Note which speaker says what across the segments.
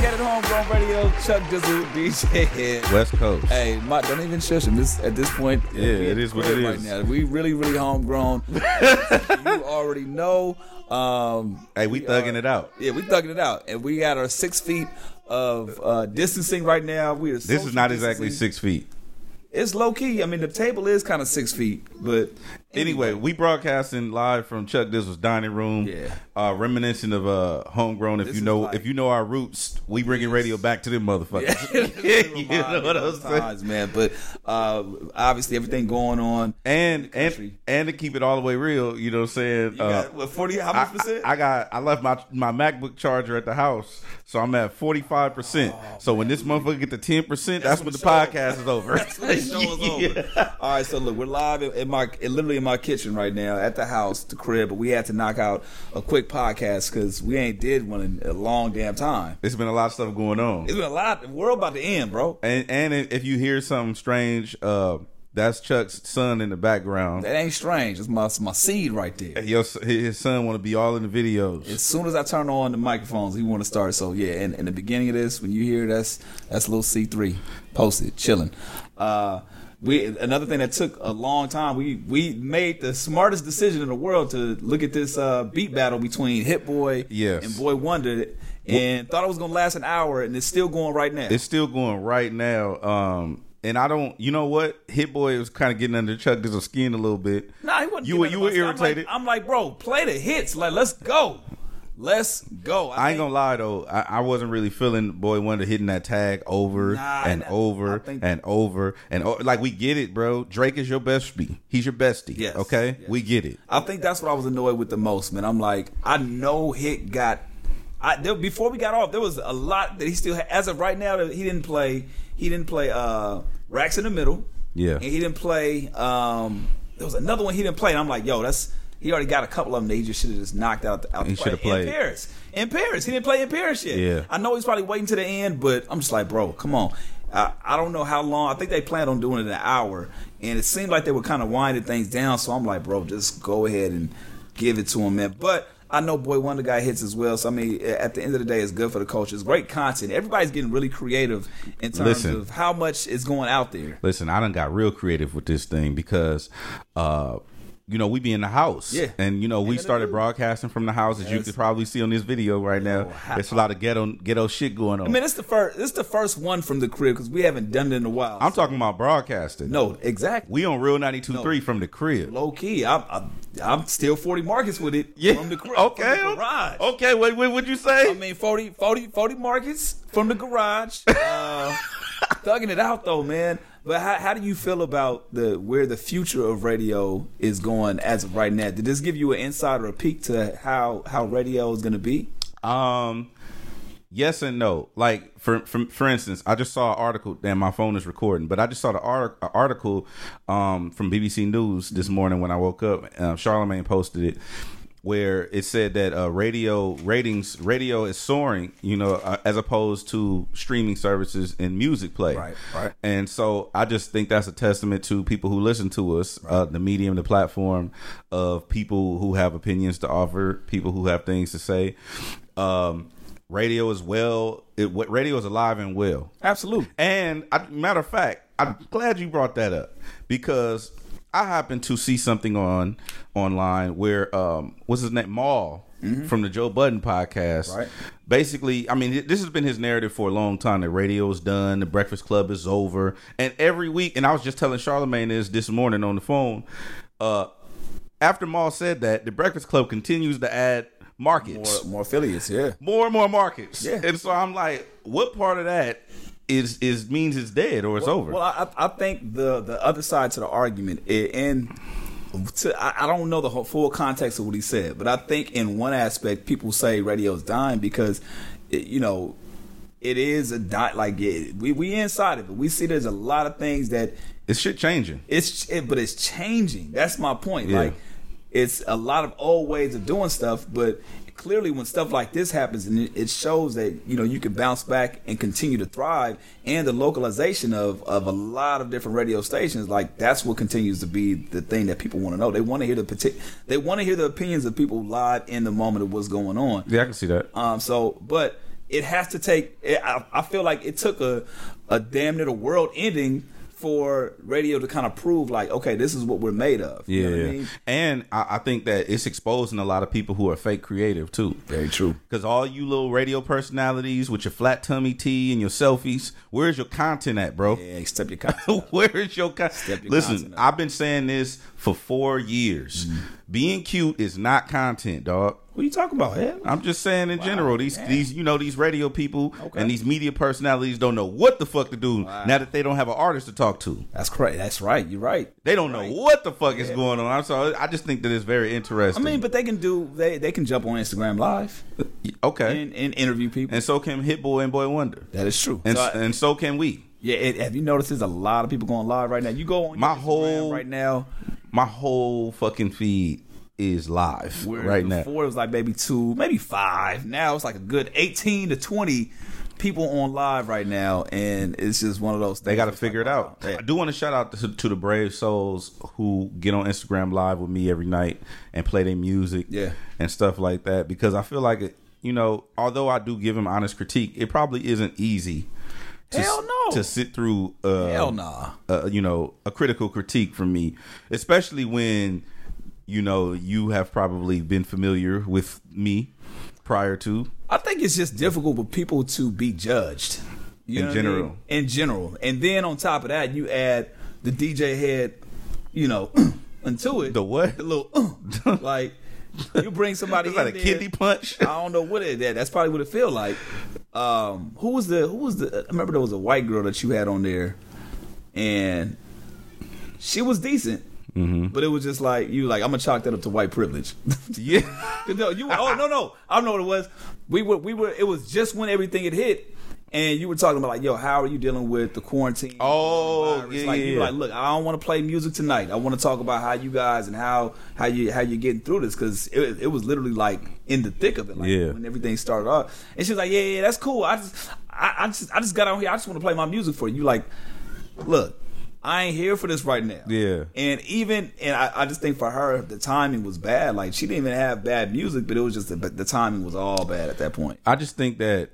Speaker 1: Live Radio, Chuck Dizzle, DJ Head.
Speaker 2: West Coast.
Speaker 1: Hey, Mike, don't even shush him. This at this point.
Speaker 2: Yeah, it is what it
Speaker 1: right
Speaker 2: is.
Speaker 1: Now. We really, really homegrown. you already know. Um,
Speaker 2: Hey, we thugging it out.
Speaker 1: yeah, we thugging it out, and we got our six feet of uh, distancing right now. We are.
Speaker 2: This is not exactly six feet.
Speaker 1: It's low key. I mean, the table is kind of six feet, but
Speaker 2: Anyway, we broadcasting live from Chuck Dizzle's dining room.
Speaker 1: Yeah.
Speaker 2: Uh, reminiscent of uh, homegrown. If
Speaker 1: This
Speaker 2: you
Speaker 1: is
Speaker 2: know,
Speaker 1: like-
Speaker 2: if you know our roots, we bringing radio back to them motherfuckers. you know what I'm saying.
Speaker 1: Times, man. But uh, obviously, everything going on.
Speaker 2: And and
Speaker 1: Country.
Speaker 2: and to keep it all the way real, you know what I'm saying.
Speaker 1: You
Speaker 2: uh,
Speaker 1: got what forty? How
Speaker 2: I,
Speaker 1: much percent?
Speaker 2: I got I left my my MacBook charger at the house, so I'm at 45. percent
Speaker 1: Oh,
Speaker 2: So when this motherfucker get to 10, percent that's, when the podcast is over.
Speaker 1: That's when the show is over. All right, so look, we're live in, in my in, literally in my kitchen right now at the house, the crib. But we had to knock out a quick podcast because we ain't did one in a long damn time.
Speaker 2: It's been a lot of stuff going on.
Speaker 1: It's been a lot. The world about to end, bro.
Speaker 2: And and if you hear something strange, uh, that's Chuck's son in the background.
Speaker 1: That ain't strange. It's my it's my seed right there.
Speaker 2: Your s- his son want to be all in the videos.
Speaker 1: As soon as I turn on the microphones, he want to start. So yeah, in, in the beginning of this, when you hear that's that's little C three posted chilling. Uh, we another thing that took a long time. We we made the smartest decision in the world to look at this uh, beat battle between Hit Boy
Speaker 2: Yes.
Speaker 1: and Boy Wonder, and thought it was gonna last an hour, and it's still going right now.
Speaker 2: it's still going right now. Um, and I don't, you know what? Hit Boy was kind of getting under Chuck Dizzle's skin a little bit.
Speaker 1: Nah, he wasn't.
Speaker 2: You
Speaker 1: getting
Speaker 2: were-
Speaker 1: under
Speaker 2: you
Speaker 1: my
Speaker 2: were
Speaker 1: skin. I'm like-
Speaker 2: irritated.
Speaker 1: I'm like, bro, play the hits. Like, let's go, let's go.
Speaker 2: I
Speaker 1: think-
Speaker 2: ain't gonna lie though, I, I wasn't really feeling Boy Wonder hitting that tag over
Speaker 1: Nah,
Speaker 2: and
Speaker 1: nah, I
Speaker 2: over
Speaker 1: think-
Speaker 2: and over and o- like we get it, bro. Drake is your bestie. He's your bestie.
Speaker 1: Yes,
Speaker 2: okay,
Speaker 1: yes.
Speaker 2: we get it.
Speaker 1: I think that's what I was annoyed with the most, man. I'm like, I know Hit got. I there, before we got off, there was a lot that he still had. As of right now, that he didn't play. He didn't play uh, Racks in the Middle.
Speaker 2: Yeah.
Speaker 1: and he didn't play. Um, there was another one he didn't play, and I'm like, yo, that's he already got a couple of them. That he just should have just knocked out. The, out
Speaker 2: He
Speaker 1: the
Speaker 2: shoulda
Speaker 1: play. in
Speaker 2: played.
Speaker 1: Paris. In Paris, he didn't play in Paris yet.
Speaker 2: Yeah.
Speaker 1: I know he's probably waiting to the end, but I'm just like, bro, come on. I, I don't know how long. I think they planned on doing it an hour, and it seemed like they were kind of winding things down. So I'm like, bro, just go ahead and give it to him, man. But I know Boy Wonder Guy hits as well. So I mean, a- at the end of the day, it's good for the culture. It's great content. Everybody's getting really creative in terms
Speaker 2: Listen.
Speaker 1: of how much is going out there.
Speaker 2: Listen, I done got real creative with this thing because uh you know, we be in the house.
Speaker 1: Yeah.
Speaker 2: And you know, we
Speaker 1: Ain't nothing
Speaker 2: started
Speaker 1: to do.
Speaker 2: broadcasting from the house as you
Speaker 1: Yes. Oh,
Speaker 2: can probably see on this video right now.
Speaker 1: how-
Speaker 2: It's a lot of ghetto ghetto shit going on.
Speaker 1: I mean, it's the first. It's the first one from the crib because we haven't done it in a while.
Speaker 2: I'm talking about broadcasting.
Speaker 1: no, exactly.
Speaker 2: We on Real 92.3 from the crib.
Speaker 1: low key. I'm, I'm, I'm still 40 markets with it
Speaker 2: Yeah.
Speaker 1: from the cr-
Speaker 2: okay.
Speaker 1: from the garage.
Speaker 2: Okay. Wait. Wait. What'd you say?
Speaker 1: I mean, 40, 40, 40 markets from the garage. Uh, thugging it out though, man. But how, how do you feel about the where the future of radio is going as of right now? Did this give you an insight or a peek to how how radio is going to be?
Speaker 2: Um, yes and no. Like for for for instance, I just saw an article. Damn, my phone is recording, but I just saw the art, a article um, from BBC News this morning when I woke up. Uh, Charlemagne posted it. Where it said that uh, radio ratings, radio is soaring, you know, uh, as opposed to streaming services and music play.
Speaker 1: Right, right.
Speaker 2: And so I just think that's a testament to people who listen to us, uh, the medium, the platform of people who have opinions to offer, people who have things to say. Um, radio is well. It, what radio is alive and well.
Speaker 1: Absolutely.
Speaker 2: And I, matter of fact, I'm glad you brought that up because I happened to see something on online where um, what's his name, Maul from the Joe Budden podcast.
Speaker 1: Mm-hmm. Right.
Speaker 2: Basically, I mean, this has been his narrative for a long time. The radio is done, the Breakfast Club is over, and every week. And I was just telling Charlemagne this this morning on the phone. Uh, after Maul said that, the Breakfast Club continues to add markets
Speaker 1: More, more affiliates, yeah.
Speaker 2: more and more markets.
Speaker 1: Yeah.
Speaker 2: And so I'm like, what part of that is is means it's dead or it's over?
Speaker 1: Well, I, I I think the the other side to the argument, i- and to, I, I don't know the whole, full context of what he said, but I think in one aspect, people say radio's dying because, it, you know, it is a dot. Like it, we we inside of it, we see there's a lot of things that
Speaker 2: it's shit changing.
Speaker 1: it's it, but it's changing. That's my point.
Speaker 2: Yeah.
Speaker 1: Like it's a lot of old ways of doing stuff, but clearly when stuff like this happens and it, it shows that you know you can bounce back and continue to thrive and the localization of of a lot of different radio stations like that's what continues to be the thing that people want to know they want to hear the partic- they want to hear the opinions of people live in the moment of what's going on
Speaker 2: Yeah, I can see that.
Speaker 1: um, so, but it has to take. It, I, I feel like it took a a damn near the world ending for radio to kind of prove like, okay, this is what we're made of. You
Speaker 2: Yeah,
Speaker 1: know what I
Speaker 2: yeah.
Speaker 1: mean?
Speaker 2: and I, I think that it's exposing a lot of people who are fake creative too.
Speaker 1: Very true.
Speaker 2: Because all you little radio personalities with your flat tummy tea and your selfies, where's your content at, bro?
Speaker 1: Yeah, except your content.
Speaker 2: Where's your content?
Speaker 1: Step your
Speaker 2: Listen,
Speaker 1: content up.
Speaker 2: I've been saying this for four years. Being cute is not content, dog.
Speaker 1: Who you talking about? Hell?
Speaker 2: I'm just saying in general, these
Speaker 1: man.
Speaker 2: these you know these radio people
Speaker 1: Okay.
Speaker 2: and these media personalities don't know what the fuck to do now that they don't have an artist to talk to.
Speaker 1: That's correct. That's right. You're right.
Speaker 2: They don't know what the fuck is going on. I'm sorry. I just think that it's very
Speaker 1: I
Speaker 2: interesting.
Speaker 1: mean, but they can do. They they can jump on Instagram Live
Speaker 2: okay.
Speaker 1: and,
Speaker 2: And,
Speaker 1: and interview people.
Speaker 2: so can Hit Boy and Boy Wonder.
Speaker 1: that is true.
Speaker 2: And
Speaker 1: So
Speaker 2: so,
Speaker 1: I-
Speaker 2: and so can we.
Speaker 1: yeah, it, have you noticed? There's a lot of people going live right now. You go on
Speaker 2: My
Speaker 1: your Instagram
Speaker 2: whole-
Speaker 1: right now.
Speaker 2: My whole fucking feed is live
Speaker 1: Where
Speaker 2: right now.
Speaker 1: before it was like maybe two, maybe five. Now it's like a good eighteen to twenty people on live right now, and it's just one of those.
Speaker 2: They got to figure it out. I do want to shout out to, to the brave souls who get on Instagram live with me every night and play their music,
Speaker 1: Yeah.
Speaker 2: and stuff like that. Because I feel like it, you know, although I do give them honest critique, it probably isn't easy. To, s-
Speaker 1: Hell no.
Speaker 2: To sit through, uh,
Speaker 1: Hell nah.
Speaker 2: uh, you know, a critical critique from me, especially when you know you have probably been familiar with me prior to.
Speaker 1: I think it's just difficult for people to be judged you
Speaker 2: In
Speaker 1: know what I mean?
Speaker 2: general.
Speaker 1: In general, and then on top of that, you add the DJ head, you know, into it.
Speaker 2: The what?
Speaker 1: The little uh, like you bring somebody
Speaker 2: Is that
Speaker 1: in
Speaker 2: a
Speaker 1: there, Uh,
Speaker 2: kidney punch?
Speaker 1: I don't know what it is. That's probably what it feel like. Um, who was the who was the? I remember there was a white girl that you had on there, and she was decent. But it was just like you like I'm gonna chalk that up to white privilege.
Speaker 2: yeah.
Speaker 1: no, you were, oh no no I know what it was. We were we were it was just when everything had hit, and you were talking about like yo how are you dealing with the quarantine?
Speaker 2: Oh,
Speaker 1: virus.
Speaker 2: yeah,
Speaker 1: like
Speaker 2: yeah,
Speaker 1: you
Speaker 2: yeah.
Speaker 1: like, look, I don't want to play music tonight. I want to talk about how you guys and how how you how you getting through this because it, it was literally like in the thick of it, like
Speaker 2: Yeah.
Speaker 1: when everything started off. And she was like, yeah, yeah, that's cool. I just I, I just I just got out here. I just want to play my music for you. You Like, look. I ain't here for this right now.
Speaker 2: Yeah.
Speaker 1: And even and I, I just think for her the timing was bad. Like she didn't even have bad music, but it was just the, the timing was all bad at that point.
Speaker 2: I just think that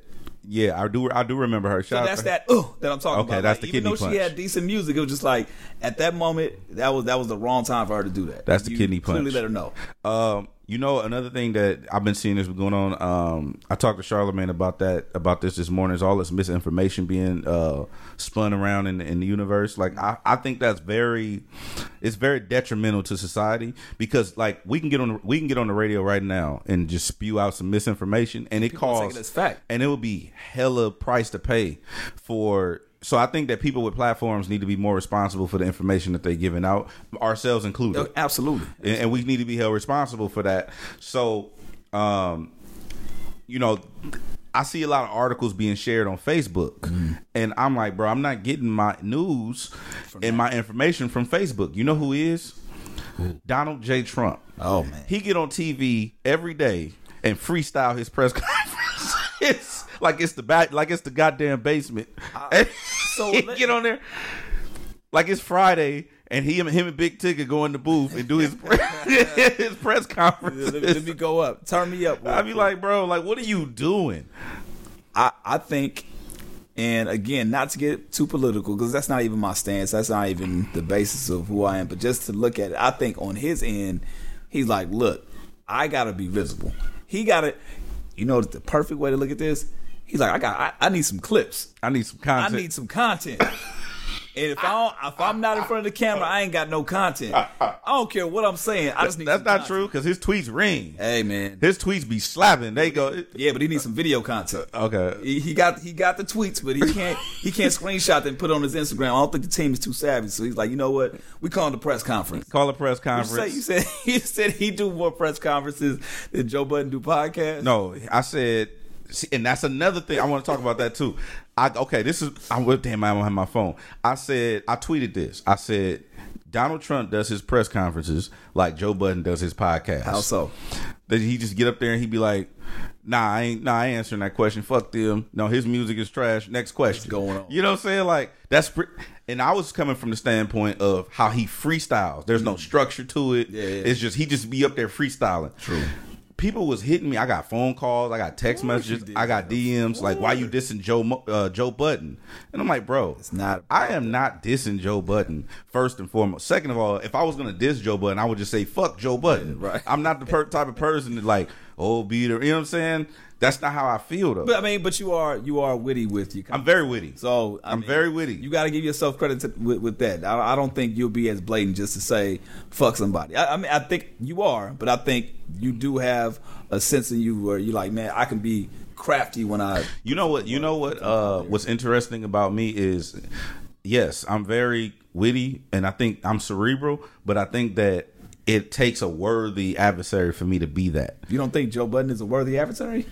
Speaker 2: yeah, I do I do remember her. Shout
Speaker 1: So
Speaker 2: out
Speaker 1: that's
Speaker 2: to her.
Speaker 1: that ugh that I'm talking
Speaker 2: Okay,
Speaker 1: about.
Speaker 2: that's
Speaker 1: Like,
Speaker 2: the
Speaker 1: even
Speaker 2: kidney
Speaker 1: though
Speaker 2: punch.
Speaker 1: she had decent music, it was just like at that moment that was that was the wrong time for her to do that.
Speaker 2: That's the
Speaker 1: You
Speaker 2: kidney
Speaker 1: Clearly
Speaker 2: punch.
Speaker 1: let her know.
Speaker 2: Um, you know, another thing that I've been seeing is going on. Um, I talked to Charlemagne about that about this this morning. Is all this misinformation being uh, spun around in, in the universe? Like, I, I think that's very, it's very detrimental to society because like we can get on the- we can get on the radio right now and just spew out some misinformation, and it
Speaker 1: People will take
Speaker 2: costs
Speaker 1: it as fact.
Speaker 2: and it would be hella price to pay for so I think that people with platforms need to be more responsible for the information that they're giving out, ourselves included
Speaker 1: Uh, Absolutely.
Speaker 2: and, and we need to be held responsible for that. So, um, you know, I see a lot of articles being shared on Facebook,
Speaker 1: Mm-hmm.
Speaker 2: and I'm like, bro, I'm not getting my news and my information from Facebook. You know who is Donald J. Trump?
Speaker 1: Oh man.
Speaker 2: He get on TV every day and freestyle his press conference. it's like it's the back, like it's the goddamn basement.
Speaker 1: so
Speaker 2: so
Speaker 1: let-
Speaker 2: get on there, like it's Friday, and he him and Big Ticket go in the booth and do his press, his press
Speaker 1: let, me, let
Speaker 2: conference.
Speaker 1: me go up. Turn me up.
Speaker 2: I'd be like, bro, like what are you doing?
Speaker 1: I, I think, and again, not to get too political, because that's not even my stance. That's not even the basis of who I am. But just to look at it, I think on his end, he's like, look, I gotta be visible. He gotta, you know, the perfect way to look at this. He's like, I got, I, I need some clips.
Speaker 2: I need some
Speaker 1: I
Speaker 2: content.
Speaker 1: need some content. And if I don't, if I'm not in front of the camera, I ain't got no content. I don't care what I'm saying. I just need.
Speaker 2: That's
Speaker 1: some
Speaker 2: not
Speaker 1: content.
Speaker 2: true because his tweets ring.
Speaker 1: Hey man.
Speaker 2: His tweets be slapping. They go,
Speaker 1: Yeah, but he needs some video content.
Speaker 2: okay.
Speaker 1: He he got he got the tweets, but he can't he can't screenshot them and put it on his Instagram. I don't think the team is too savvy, so he's like, you know what? We calling the press conference.
Speaker 2: Call a press
Speaker 1: You said,
Speaker 2: conference.
Speaker 1: you said he said he do more press conferences than Joe Budden do podcasts.
Speaker 2: No, I said, see, and that's another thing I want to talk about that too. I okay, this is I well, damn, I don't have my phone. I said I tweeted this. I said Donald Trump does his press conferences like Joe Budden does his podcast.
Speaker 1: How so?
Speaker 2: That he just get up there and he'd be like, "Nah, I ain't. Nah, I ain't answering that question. Fuck them. No, his music is trash. Next question.
Speaker 1: going on?
Speaker 2: You know what I'm saying? Like that's. Pre- and I was coming from the standpoint of how he freestyles. There's no structure to it.
Speaker 1: Mm. Yeah, yeah.
Speaker 2: It's just he just be up there freestyling.
Speaker 1: True.
Speaker 2: people was hitting me. I got phone calls, I got text messages, I got DMs like, "Why you dissing Joe Mo- uh, Joe Button?" And I'm like, "Bro,
Speaker 1: It's not.
Speaker 2: I am not dissing Joe Button first and foremost. Second of all, if I was gonna diss Joe Button, I would just say fuck Joe Button.
Speaker 1: Right.
Speaker 2: I'm not the per- type of person that like oh beat her. You know what I'm saying? That's not how I feel though.
Speaker 1: But I mean, but you are you are witty with you.
Speaker 2: I'm very witty.
Speaker 1: So I
Speaker 2: I'm
Speaker 1: mean,
Speaker 2: very witty.
Speaker 1: You got to give yourself credit to, with, with that. I, I don't think you'll be as blatant just to say fuck somebody. I, I mean, I think you are, but I think you do have a sense in you where you're like, man, I can be crafty when I.
Speaker 2: You know what? You know what? Uh, what's interesting about me is, yes, I'm very witty, and I think I'm cerebral, but I think that it takes a worthy adversary for me to be that.
Speaker 1: You don't think Joe Budden is a worthy adversary?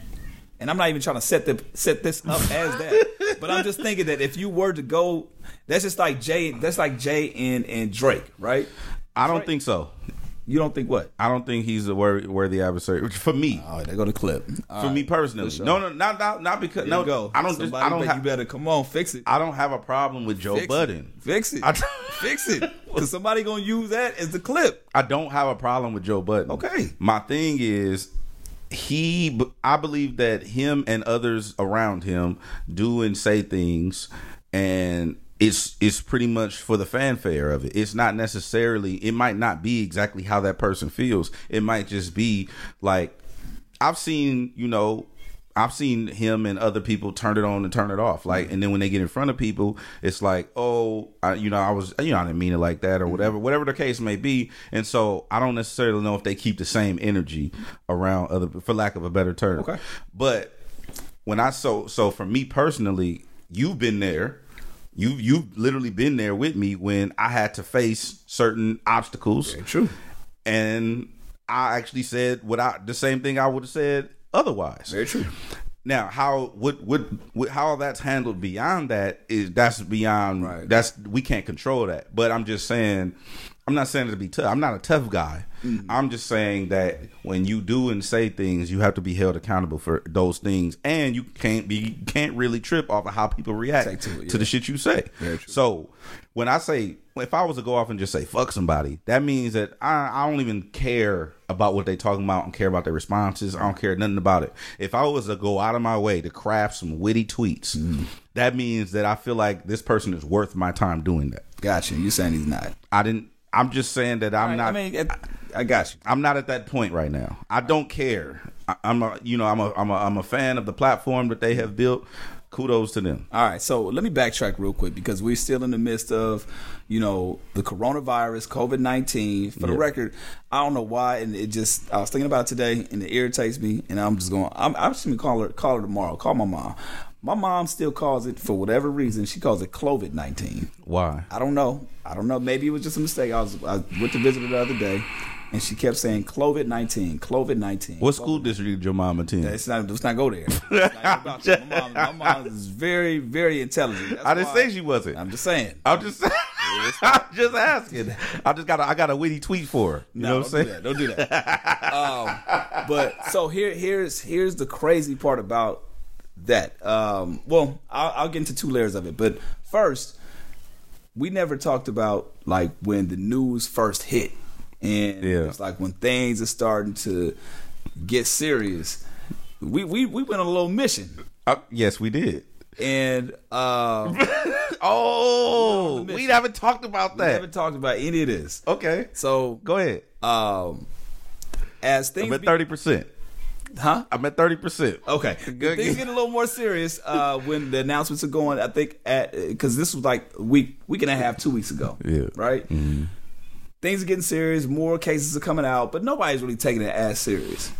Speaker 1: And I'm not even trying to set the set this up as that, but I'm just thinking that if you were to go, that's just like Jay. That's like Jay and and Drake, right?
Speaker 2: I don't think so.
Speaker 1: You don't think what?
Speaker 2: I don't think he's a worthy, worthy adversary for me.
Speaker 1: Oh, there go the clip. All
Speaker 2: for
Speaker 1: right.
Speaker 2: me personally,
Speaker 1: sure.
Speaker 2: no, no, not not, not because
Speaker 1: There
Speaker 2: no,
Speaker 1: you go.
Speaker 2: I don't. Just,
Speaker 1: Somebody
Speaker 2: I don't
Speaker 1: bet you
Speaker 2: have.
Speaker 1: better come on, fix it.
Speaker 2: I don't have a problem with Joe
Speaker 1: Fix
Speaker 2: Budden.
Speaker 1: It. Fix it.
Speaker 2: I-
Speaker 1: fix it. Cause somebody gonna use that as the clip.
Speaker 2: I don't have a problem with Joe Budden.
Speaker 1: Okay.
Speaker 2: My thing is he b- I believe that him and others around him do and say things and it's it's pretty much for the fanfare of it. It's not necessarily it might not be exactly how that person feels. It might just be like I've seen, you know, I've seen him and other people turn it on and turn it off.
Speaker 1: Mm-hmm.
Speaker 2: Like, and then when they get in front of people, it's like, oh, I, you know, I was, you know, I didn't mean it like
Speaker 1: Mm-hmm.
Speaker 2: that or whatever, whatever the case may be. And so I don't necessarily know if they keep the same energy around other, for lack of a better term.
Speaker 1: Okay.
Speaker 2: But when I, so, so for me personally, you've been there. You, you've literally been there with me when I had to face certain obstacles
Speaker 1: True.
Speaker 2: and I actually said what I the same thing I would have said otherwise.
Speaker 1: Very true.
Speaker 2: Now, how what what, what how that's handled beyond that is that's beyond
Speaker 1: Right.
Speaker 2: that's we can't control that. But I'm just saying, I'm not saying to be tough. I'm not a tough guy. I'm just saying that when you do and say things, you have to be held accountable for those things, and you can't be you can't really trip off of how people react
Speaker 1: Take
Speaker 2: to,
Speaker 1: to it,
Speaker 2: the shit you say.
Speaker 1: Very true.
Speaker 2: So when I say if I was to go off and just say fuck somebody, that means that I, I don't even care about what they talking about. I don't care about their responses. I don't care nothing about it. If I was to go out of my way to craft some witty tweets,
Speaker 1: Mm.
Speaker 2: that means that I feel like this person is worth my time doing that.
Speaker 1: Gotcha. You saying he's not?
Speaker 2: I didn't. I'm just saying that I'm not.
Speaker 1: I mean, it- I got you.
Speaker 2: I'm not at that point right now. I don't care. I, I'm a, you know, I'm a, I'm a, I'm a fan of the platform that they have built. Kudos to them.
Speaker 1: All right, so let me backtrack real quick because we're still in the midst of, you know, the coronavirus, COVID nineteen. For the
Speaker 2: Yeah.
Speaker 1: record, I don't know why, and it just I was thinking about it today, and it irritates me, and I'm just going, I'm, I'm just gonna call her, call her tomorrow, call my mom. My mom still calls it for whatever reason. She calls it COVID nineteen.
Speaker 2: Why?
Speaker 1: I don't know. I don't know. Maybe it was just a mistake. I was I went to visit her the other day, and she kept saying COVID nineteen, COVID nineteen.
Speaker 2: What school district did your mom attend?
Speaker 1: Let's not let's not go there. It's not about you. my, mom, my mom is very very intelligent. That's
Speaker 2: I didn't
Speaker 1: why-
Speaker 2: say she wasn't.
Speaker 1: I'm just saying.
Speaker 2: I'm just I'm just asking. I just got a, I got a witty tweet for her. You
Speaker 1: No,
Speaker 2: know what I'm saying?
Speaker 1: Don't do that. Don't do that. um, but so here, here's here's the crazy part about that. Um, well, I'll, I'll get into two layers of it, but first, we never talked about like when the news first hit, and
Speaker 2: Yeah.
Speaker 1: it's like when things are starting to get serious. We we we went on a little mission,
Speaker 2: Uh, yes, we did.
Speaker 1: and um,
Speaker 2: Oh,
Speaker 1: mission.
Speaker 2: we haven't talked about
Speaker 1: we
Speaker 2: that.
Speaker 1: haven't talked about any of this.
Speaker 2: Okay,
Speaker 1: So,
Speaker 2: go ahead.
Speaker 1: um, as
Speaker 2: I'm
Speaker 1: things,
Speaker 2: at
Speaker 1: be- Oh.
Speaker 2: thirty percent.
Speaker 1: huh?
Speaker 2: I'm at thirty percent.
Speaker 1: Okay,
Speaker 2: Good.
Speaker 1: things get a little more serious uh, when the announcements are going. I think at because this was like a week, week and a half, two weeks ago.
Speaker 2: Yeah. Mm-hmm.
Speaker 1: right. Things are getting serious. More cases are coming out, but nobody's really taking it as serious.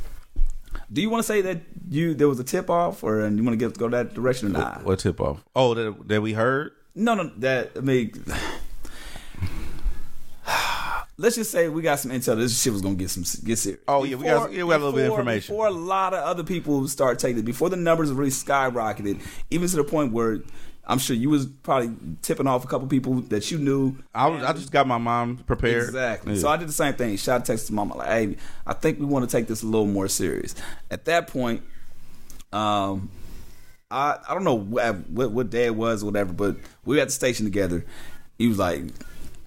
Speaker 1: Do you want to say that you there was a tip off, or and you want to get, go that direction or not?
Speaker 2: What tip off? Oh, that, that we heard.
Speaker 1: No, no, that I mean. Let's just say we got some intel. This shit was gonna get some get serious.
Speaker 2: Oh, yeah, we got- yeah, we got a little bit of information.
Speaker 1: before a lot of other people start taking it. Before the numbers really skyrocketed, even to the point where I'm sure you was probably tipping off a couple people that you knew.
Speaker 2: I was, I just got my mom prepared.
Speaker 1: Exactly.
Speaker 2: Yeah.
Speaker 1: So I did the same thing. Shot a text to mama like, "Hey, I think we want to take this a little more serious." At that point, um, I I don't know what what, what day it was, or whatever, but we were at the station together. He was like,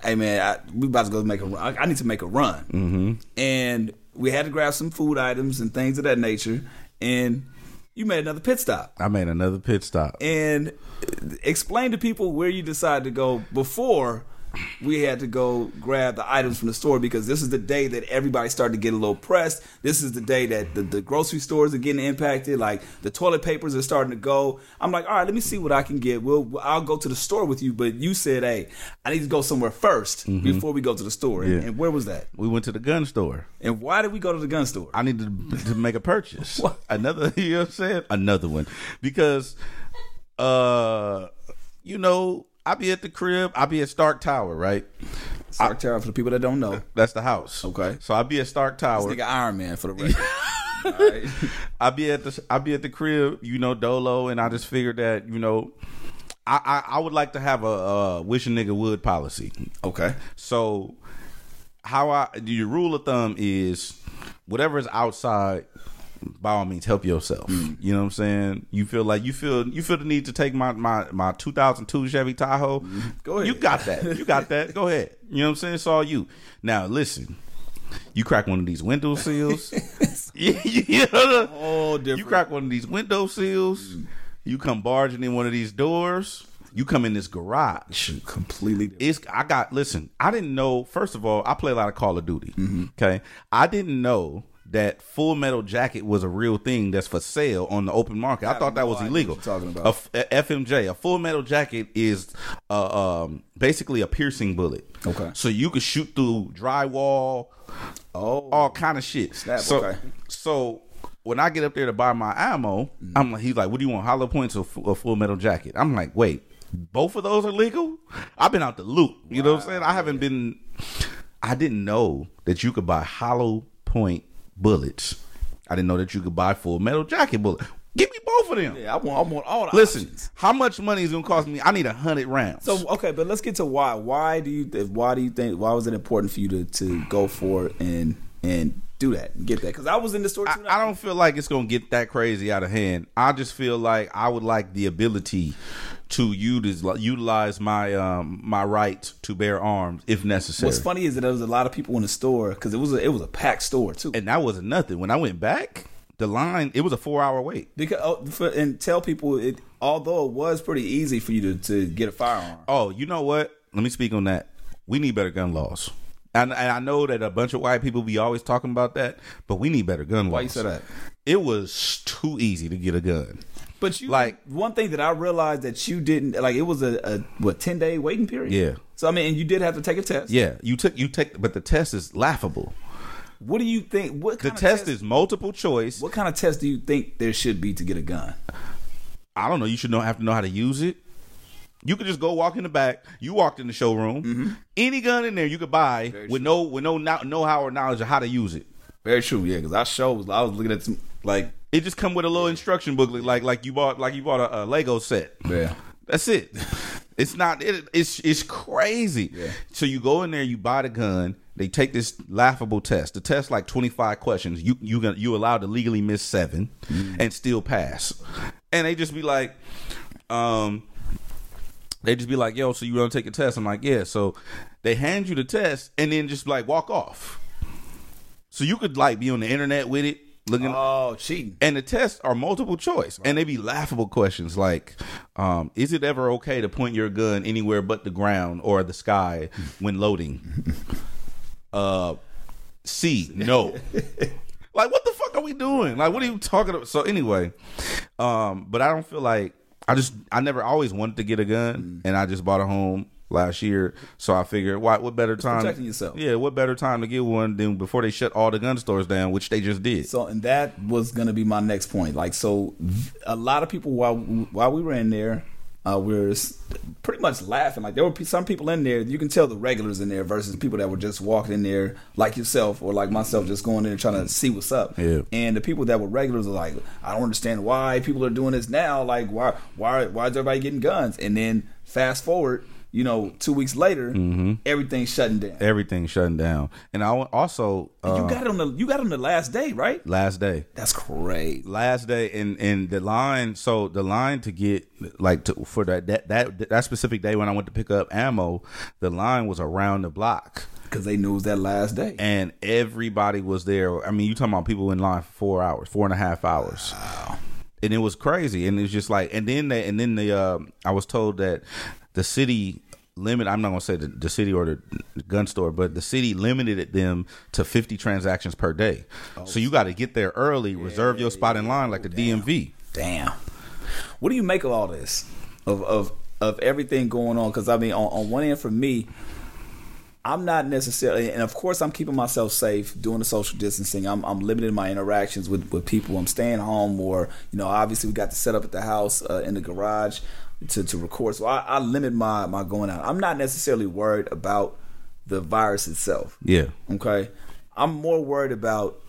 Speaker 1: "Hey man, I, we about to go make a run. I, I need to make a run," mm-hmm. and We had to grab some food items and things of that nature, and you made another pit stop.
Speaker 2: I made another pit stop.
Speaker 1: And explain to people where you decided to go before we had to go grab the items from the store because this is the day that everybody started to get a little pressed. This is the day that the, the grocery stores are getting impacted. Like the toilet papers are starting to go. I'm like, all right, let me see what I can get. We'll I'll go to the store with you, but you said, hey, I need to go somewhere 1st before we go to the store. And,
Speaker 2: Yeah.
Speaker 1: and where was that?
Speaker 2: We went to the gun store.
Speaker 1: And why did we go to the gun store?
Speaker 2: I needed to, to make a purchase. Another, you know what I'm saying? Another one. Because, uh, you know, I be at the crib, I be at Stark Tower, right?
Speaker 1: Sorry, Tara, for the people that don't know,
Speaker 2: That's the house.
Speaker 1: Okay.
Speaker 2: So I be at Stark Tower.
Speaker 1: nigga Iron Man for the record. All right.
Speaker 2: I be at the I be at the crib, you know, Dolo, and I just figured that, you know, I I, I would like to have a uh, wish a nigga would policy.
Speaker 1: Okay.
Speaker 2: So how I your rule of thumb is whatever is outside by all means help yourself.
Speaker 1: Mm.
Speaker 2: You know what I'm saying? You feel like you feel you feel the need to take my my my 2002 Chevy Tahoe.
Speaker 1: Mm-hmm. Go ahead.
Speaker 2: You got that. You got that. Go ahead. You know what I'm saying? It's all you. Now listen. You crack one of these window seals. Yeah, you know the-
Speaker 1: All different. Mm.
Speaker 2: you crack one of these window seals. You come barging in one of these doors. You come in this garage
Speaker 1: completely different.
Speaker 2: it's I got listen, I didn't know first of all, I play a lot of Call of Duty.
Speaker 1: Mm-hmm.
Speaker 2: Okay. I didn't know that full metal jacket was a real thing that's for sale on the open market. I, thought that
Speaker 1: no
Speaker 2: was
Speaker 1: idea
Speaker 2: illegal.
Speaker 1: what you're talking about.
Speaker 2: A f- a FMJ, a full metal jacket is uh, um, basically a piercing bullet.
Speaker 1: Okay.
Speaker 2: So you could shoot through drywall,
Speaker 1: Oh.
Speaker 2: all kind of shit.
Speaker 1: Snap,
Speaker 2: so,
Speaker 1: okay.
Speaker 2: so when I get up there to buy my ammo,
Speaker 1: Mm-hmm.
Speaker 2: I'm like, he's like, what do you want, hollow points or fu- or full metal jacket? I'm like, wait, both of those are legal? I've been out the loop. You know what I'm saying? I haven't been. I didn't know that you could buy hollow point bullets. I didn't know that you could buy full metal jacket bullet. Give me both of them.
Speaker 1: Yeah, I want, I want all the
Speaker 2: Listen,
Speaker 1: options.
Speaker 2: how much money is it gonna cost me? I need a hundred rounds.
Speaker 1: So okay, but let's get to why. Why do you? Why do you think? Why was it important for you to to go for it and and do that and get that? Because I was in the store too.
Speaker 2: I, I don't feel like it's gonna get that crazy out of hand. I just feel like I would like the ability to utilize, utilize my um my right to bear arms if necessary.
Speaker 1: What's funny is that there was a lot of people in the store because it was a, it was a packed store too.
Speaker 2: And that wasn't nothing. When I went back, the line it was a four hour wait.
Speaker 1: Because oh, for, and tell people it. Although it was pretty easy for you to, to get a firearm.
Speaker 2: Oh, you know what? Let me speak on that. We need better gun laws. And, and I know that a bunch of white people be always talking about that, but we need better gun laws.
Speaker 1: you say that?
Speaker 2: It was too easy to get a gun.
Speaker 1: But you
Speaker 2: Like-
Speaker 1: one thing that I realized that you didn't like. It was a, a what ten day waiting period.
Speaker 2: Yeah.
Speaker 1: So I mean, and you did have to take a test.
Speaker 2: Yeah, you took you take, but the test is laughable.
Speaker 1: What do you think? What
Speaker 2: The
Speaker 1: kind of
Speaker 2: test is multiple choice.
Speaker 1: What kind of test do you think there should be to get a gun?
Speaker 2: I don't know. You should know have to know how to use it. You could just go walk in the back. You walked in the showroom. Any gun in there you could buy with no with no know know how or knowledge of how to use it.
Speaker 1: Very true, yeah. Because I show was I was looking at some like
Speaker 2: It just come with a little instruction booklet, like like you bought like you bought a, a Lego set.
Speaker 1: yeah.
Speaker 2: That's it. It's not. It, it's it's crazy.
Speaker 1: Yeah.
Speaker 2: So you go in there, you buy the gun. They take this laughable test. The test like twenty five questions. You you gonna- you allowed to legally miss seven and still pass. And they just be like, um, they just be like, yo, so you gonna take a test? I'm like, yeah. So they hand you the test and then just like walk off. So you could like be on the internet with it, looking
Speaker 1: Oh, cheating.
Speaker 2: and the tests are multiple choice and they be laughable questions like um, is it ever okay to point your gun anywhere but the ground or the sky when loading uh c no like what the fuck are we doing like what are you talking about so anyway um but i don't feel like i just i never I always wanted to get a gun
Speaker 1: Mm.
Speaker 2: and i just bought a home last year so i figured why what better time
Speaker 1: protecting yourself.
Speaker 2: yeah what better time to get one than before they shut all the gun stores down which they just did
Speaker 1: So and that was gonna be my next point. Like so, a lot of people while while we were in there. Uh, we were s- pretty much laughing. Like there were pe- some people in there. You can tell the regulars in there versus people that were just walking in there, like yourself or like myself, just going in there trying to see what's up.
Speaker 2: Yeah.
Speaker 1: And the people that were regulars are like, I don't understand why people are doing this now. Like why why why is everybody getting guns? And then fast forward, you know, two weeks later,
Speaker 2: Mm-hmm.
Speaker 1: everything's shutting down.
Speaker 2: Everything's shutting down. And I wa- also uh,
Speaker 1: you got it on the you got it on the last day, right?
Speaker 2: last day.
Speaker 1: That's great.
Speaker 2: last day and and the line so the line to get like to, for that, that that that specific day when i went to pick up ammo the line was around the block
Speaker 1: Because they knew it was that last day.
Speaker 2: and everybody was there i mean you talking about people in line for four hours four and a half hours and it was crazy and it's just like and then they and then the um i was told that the city limit i'm not going to say the, the city or the gun store but the city limited them to 50 transactions per day so you got to get there early reserve your spot in line like the dmv
Speaker 1: Damn. What do you make of all this? Of of of everything going on? Because I mean, on, on one end, for me, I'm not necessarily, and of course, I'm keeping myself safe, doing the social distancing. I'm I'm limiting my interactions with with people. I'm staying home, or you know, obviously, we got to set up at the house uh, in the garage to to record. So I, I limit my my going out. I'm not necessarily worried about the virus itself.
Speaker 2: Yeah.
Speaker 1: Okay. I'm more worried about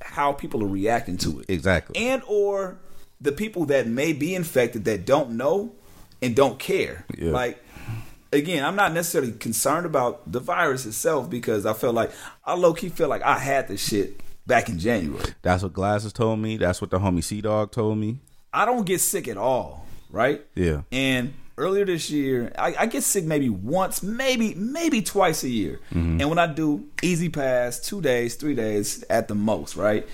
Speaker 1: how people are reacting to it.
Speaker 2: Exactly.
Speaker 1: and or the people that may be infected that don't know and don't care.
Speaker 2: Yeah.
Speaker 1: Like again, I'm not necessarily concerned about the virus itself because I feel like I low key feel like I had this shit back in January.
Speaker 2: That's what Glasses told me. That's what the homie Sea Dog told me.
Speaker 1: I don't get sick at all, right?
Speaker 2: Yeah.
Speaker 1: And earlier this year, I, I get sick maybe once, maybe maybe twice a year. And when I do, easy pass, two days, three days at the most, right?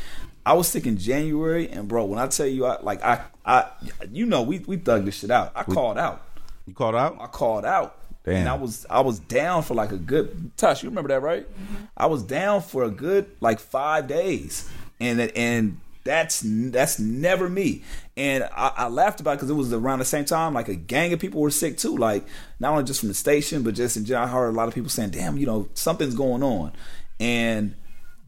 Speaker 1: I was sick in January, and bro, when I tell you, I like I I you know we we thugged this shit out. I called out.
Speaker 2: You called out?
Speaker 1: I called out.
Speaker 2: Damn.
Speaker 1: And I was I was down for like a good Tosh, you remember that, right? I was down for a good like five days. And it- and that's that's never me. And I, I laughed about it because it was around the same time, like a gang of people were sick too. Like not only just from the station, but just in general, I heard a lot of people saying, damn, you know, something's going on. And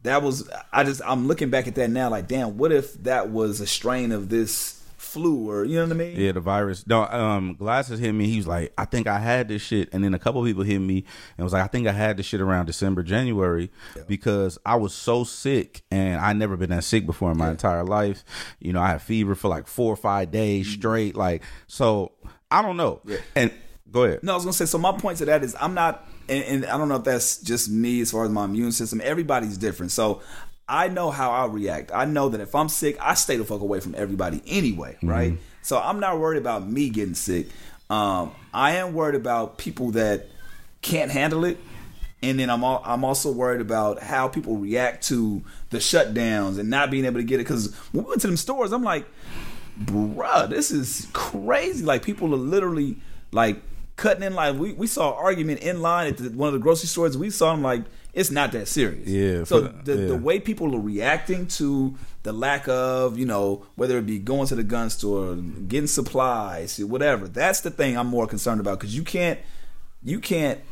Speaker 1: that was I just I'm looking back at that now, like, damn, what if that was a strain of this flu or you know what I mean?
Speaker 2: Yeah, the virus. No, um, Glasses hit me. He was like, I think I had this shit. And then a couple people hit me and was like, I think I had this shit around December, January because I was so sick and I never been that sick before in my entire life. You know, I had fever for like four or five days straight. Like, so I don't know. And go ahead.
Speaker 1: No, I was gonna say. So my point to that is, I'm not, and, and I don't know if that's just me as far as my immune system. Everybody's different, so I know how I react. I know that if I'm sick, I stay the fuck away from everybody anyway, right? So I'm not worried about me getting sick. Um, I am worried about people that can't handle it, and then I'm all, I'm also worried about how people react to the shutdowns and not being able to get it. Because when we went to them stores, I'm like, bruh, this is crazy. Like people are literally like cutting in line. We we saw an argument in line at the, one of the grocery stores. We saw them like it's not that serious.
Speaker 2: Yeah,
Speaker 1: So
Speaker 2: for-
Speaker 1: the,
Speaker 2: yeah.
Speaker 1: the way people are reacting to the lack of you know whether it be going to the gun store, getting supplies, whatever. That's the thing I'm more concerned about because you can't you can't